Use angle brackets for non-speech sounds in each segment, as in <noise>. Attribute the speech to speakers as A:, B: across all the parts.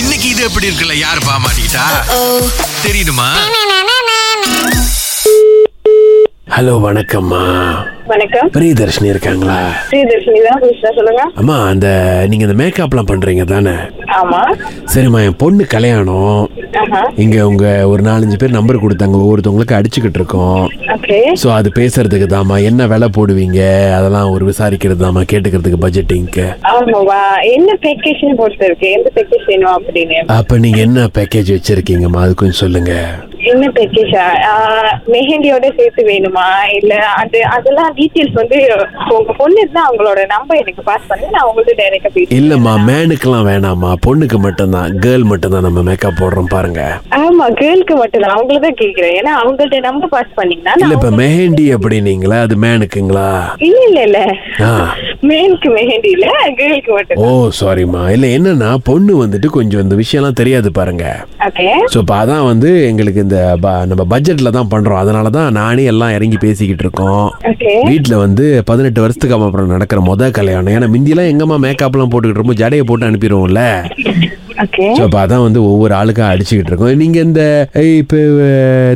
A: இன்னைக்கு இது எப்படி இருக்குல்ல யாரு பாமாட்டா தெரியுமா
B: ஹலோ வணக்கம்மா
C: வணக்கம்
B: பிரியதர்ஷினி இருக்காங்களா
C: ஸ்ரீதர்ஷினி தான் பேசுறேன் சொல்லுங்க
B: அம்மா அந்த நீங்க இந்த மேக்கப்லாம் பண்றீங்க தானே
C: ஆமா
B: சரிம்மா என் பொண்ணு கல்யாணம்
C: ஆஹா
B: இங்க உங்க ஒரு நாலஞ்சு பேர் நம்பர் கொடுத்தாங்க ஒவ்வொருத்தவங்களுக்கு அடிச்சுக்கிட்டு இருக்கோம்
C: ஓகே
B: ஸோ அது பேசுறதுக்கு தாம்மா என்ன விலை போடுவீங்க அதெல்லாம் ஒரு விசாரிக்கிறது தாம்மா கேட்டுக்கிறதுக்கு பட்ஜெட்டிங்க்கு
C: ஆமாவா என்ன பேக்கேஜ்னு பொறுத்து இருக்கு எந்த பேக்கேஜ் வேணும் அப்படின்னு
B: அப்ப நீங்க என்ன பேக்கேஜ் வச்சிருக்கீங்கம்மா அது கொஞ்சம் சொல்லுங்க
C: என்ன பேக்கேஜா மெஹந்தியோட சேர்த்து வேணுமா இல்ல அது அதெல்லாம் டீட்டெயில்ஸ் வந்து உங்க பொண்ணு இருந்தா அவங்களோட நம்பர் எனக்கு பாஸ் பண்ணி நான் உங்களுக்கு டைரக்டா பேசுறேன்
B: இல்லம்மா மேனுக்கெல்லாம் வேணாம்மா பொண்ணுக்கு மட்டும்தான் கேர்ள் மட்டும்தான் நம்ம மேக்கப் போடுறோம் பாருங்க
C: ஆமா கேர்ளுக்கு மட்டும் தான் அவங்கள தான் கேக்குறேன் ஏன்னா அவங்கள்ட்ட நம்பர் பாஸ் பண்ணீங்கன்னா
B: இல்ல
C: நான்
B: இப்ப
C: அவங்க-
B: மெஹந்தி அப்படின்னீங்களா அது மேனுக்குங்களா
C: இல்ல இல்ல இல்ல
B: ஆ.
C: மேனுக்கு மெஹந்தி இல்ல கேர்ளுக்கு மட்டும்
B: ஓ சாரிம்மா இல்லை என்னன்னா பொண்ணு வந்துட்டு கொஞ்சம் இந்த விஷயம்லாம் தெரியாது பாருங்க
C: ஓகே
B: ஸோ இப்போ அதான் வந்து எங்களுக்கு இந்த ப- நம்ம பட்ஜெட்டில் தான் பண்ணுறோம் அதனால தான் நானே எல்லாம் இறங்கி பேசிக்கிட்டு இருக்கோம்
C: ஓகே
B: வீட்டில் வந்து பதினெட்டு வருஷத்துக்கு அப்புறம் நடக்கிற முத கல்யாணம் ஏன்னா மிந்திலாம் எங்கம்மா மேக்கப்லாம் போட்டுக்கிட்டு இருப்போம் ஜடையை போட்டு அனுப்பிடுவோம்ல
C: ஓகே
B: ஸோ அப்போ அதான் வந்து ஒவ்வொரு ஆளுக்கா அடிச்சுக்கிட்டு இருக்கோம் நீங்கள் இந்த இப்போ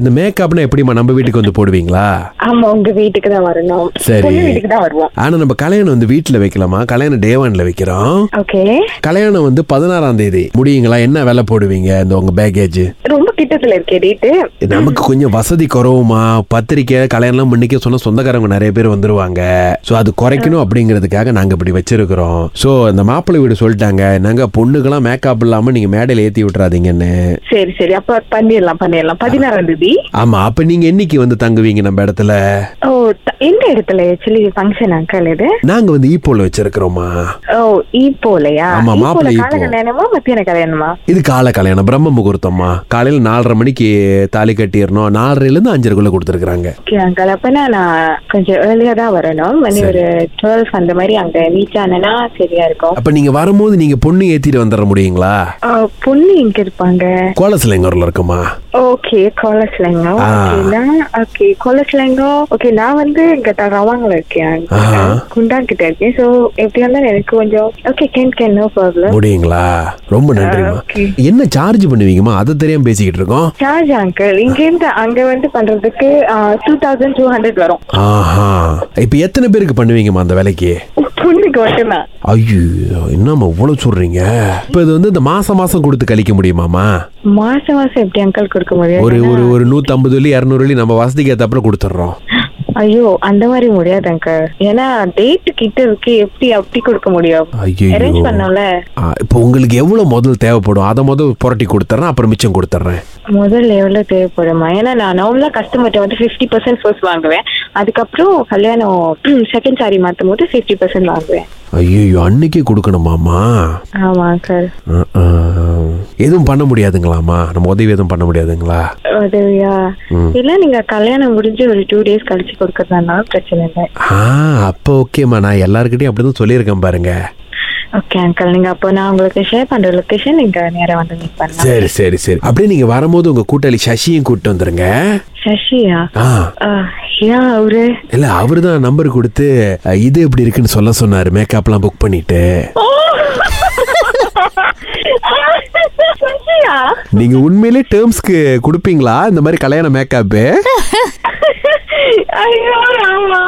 B: இந்த மேக்கப்னா எப்படிம்மா நம்ம வீட்டுக்கு வந்து போடுவீங்களா
C: ஆமா உங்க வீட்டுக்கு தான் வரணும்
B: சரி.
C: பொண்ணு வீட்டுக்கு தான் வருவோம்
B: ஆனால் நம்ம கல்யாணம் வந்து வீட்டில் வைக்கலாமா கல்யாணம் டேவானில் வைக்கிறோம்
C: ஓகே
B: கல்யாணம் வந்து பதினாறாம் தேதி முடியுங்களா என்ன விலை போடுவீங்க இந்த உங்க பேக்கேஜ்
C: ரொம்ப கிட்டத்துல இருக்கே டேட்டு
B: நமக்கு கொஞ்சம் வசதி குறவுமா பத்திரிக்கை கல்யாணம் பண்ணிக்க சொன்ன சொந்தக்காரங்க நிறைய பேர் வந்துருவாங்க ஸோ அது குறைக்கணும் அப்படிங்கிறதுக்காக நாங்க இப்படி வச்சிருக்கிறோம் ஸோ அந்த மாப்பிள்ளை வீடு சொல்லிட்டாங்க நாங்க பொண்ணுக்கெல்லாம் மேக்கப் இல்லாம நீங்க மேடையில ஏத்தி விட்டுறாதீங்கன்னு
C: சரி சரி அப்ப பண்ணிடலாம் பண்ணிடலாம் பதினாறாம் தேதி
B: ஆமா அப்ப நீங்க என்னைக்கு வந்து தங்குவீங்க நம்ம இடத்துல
C: ஓ த- எந்த இடத்துல ஆக்சுவலி ஃபங்க்ஷன் அங்கிள் இது
B: நாங்க வந்து ஈப்போல வச்சிருக்கிறோமா
C: ஓ ஈப்போலையா
B: ஆமா, மாப்பிள்ளை
C: கால
B: ஈப்போ.
C: கல்யாணமா மத்தியான கல்யாணமா
B: இது காலை கல்யாணம் பிரம்ம முகூர்த்தம்மா காலையில நாலரை மணிக்கு தாலி கட்டிடணும் நாலரைல இருந்து அஞ்சரைக்குள்ள கொடுத்துருக்காங்க
C: ஓகே அங்கிள் அப்பனா நான் கொஞ்சம் ஏர்லியா தான் வரணும் மணி
B: சரி.
C: ஒரு டுவெல் அந்த மாதிரி அங்க ரீச் ஆனா சரியா இருக்கும்
B: அப்ப நீங்க வரும்போது நீங்க பொண்ணு ஏத்திட்டு வந்துட முடியுங்களா
C: ஓ, பொண்ணு எங்க இருப்பாங்க
B: கோலசில் எங்க ஊர்ல இருக்குமா
C: ஓகே கோலஸ்லங்கோ
B: ஆ.
C: ஓகேனா ஓகே கோலஸ்லங்கோ ஓகே நான் வந்து இங்க தரவாங்கள இருக்கேன்
B: ஆஹா.
C: குண்டான் கிட்ட இருக்கேன் சோ எப்படி இருந்தாலும் எனக்கு கொஞ்சம் okay can can no problem
B: முடியுங்களா ரொம்ப நன்றிம்மா
C: okay.
B: என்ன சார்ஜ் பண்ணுவீங்கம்மா அதை தெரியாம பேசிக்கிட்டு இருக்கோம்
C: சார்ஜ் அங்கிள் இங்க இருந்து அங்க வந்து பண்றதுக்கு டூ தௌசண்ட் டூ ஹண்ட்ரட் வரும்
B: ஆஹா இப்ப எத்தனை பேருக்கு பண்ணுவீங்கம்மா அந்த வேலைக்கு
C: பொண்ணுக்கு மட்டும்தான்
B: ஐயோ என்னம்மா இவ்வளவு சொல்றீங்க இப்ப இது வந்து இந்த மாசம் மாசம் கொடுத்து கழிக்க முடியுமாம்மா
C: மாசம் மாசம் எப்படி அங்கிள் கொடுக்க
B: ஒரு
C: முடியாது
B: ஒரு ஒரு நூத்தம்பது வெள்ளி இரநூறு வெள்ளி நம்ம வசதிக்கு ஏத்தாப்புல கொடுத்துட்றோம்
C: ஐயோ அந்த மாதிரி முடியாது அங்கிள் ஏன்னா டேட் கிட்ட இருக்கு எப்படி அப்படி கொடுக்க முடியும் அரேஞ்ச்
B: ஐயோ
C: பண்ணோம்ல
B: இப்போ உங்களுக்கு எவ்வளவு முதல் தேவைப்படும் அதை முதல் புரட்டி கொடுத்துட்றேன் அப்புறம் மிச்சம் கொடுத்துட்றேன்
C: முதல்ல எவ்வளவு தேவைப்படுமா ஏன்னா நான் நார்மலா கஸ்டமர்ட்ட வந்து 50% பர்சன்ட் ஃபர்ஸ்ட் வாங்குவேன் அதுக்கப்புறம் கல்யாணம் <clears throat> செகண்ட் சாரி மாத்தும் போது ஃபிஃப்டி பர்சன்ட் வாங்குவேன்
B: ஐயோ அன்னைக்கே கொடுக்கணுமாம்மா
C: ஆமா சார்
B: அஹ், அஹ். எதுவும் பண்ண முடியாதுங்களாம்மா நம்ம உதவி எதுவும் பண்ண முடியாதுங்களா
C: உதவியா
B: ம்.
C: இல்ல நீங்க கல்யாணம் முடிஞ்சு ஒரு டூ டேஸ் கழிச்சு கொடுக்கறதுனால பிரச்சனை இல்லை
B: ஆ அப்போ ஓகேம்மா நான் எல்லாருக்கிட்டையும் அப்படிதான் சொல்லியிருக்கேன் பாருங்க
C: ஓகே அங்கிள் நீங்க அப்போ நான் உங்களுக்கு ஷேர் பண்ற லொகேஷன் நீங்க நேரா வந்து மீட் பண்ணலாம்
B: சரி சரி சரி அப்படியே நீங்க வரும்போது உங்க கூட்டாளி சசியும் கூப்பிட்டு வந்துருங்க
C: சசியா
B: ஆ
C: ஆஹ், ஏன் அவரு
B: இல்ல அவரு தான் நம்பர் கொடுத்து அ, இது எப்படி இருக்குன்னு சொல்ல சொன்னாரு மேக்கப்லாம் புக் பண்ணிட்டு
C: சசியா
B: நீங்க உண்மையிலே டேர்ம்ஸ்க்கு கொடுப்பீங்களா இந்த மாதிரி கல்யாண மேக்கப்பு
C: ஐயோ ஆமா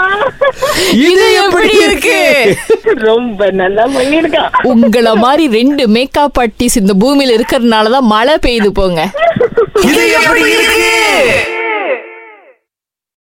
D: இது எப்படி இருக்கு
C: ரொம்ப நல்லா பண்ணிருக்கான்
D: உங்களை மாதிரி ரெண்டு மேக்கப் ஆர்டிஸ்ட் இந்த பூமியில இருக்கிறதுனாலதான் மழை பெய்து போங்க
A: இது எப்படி இருக்கு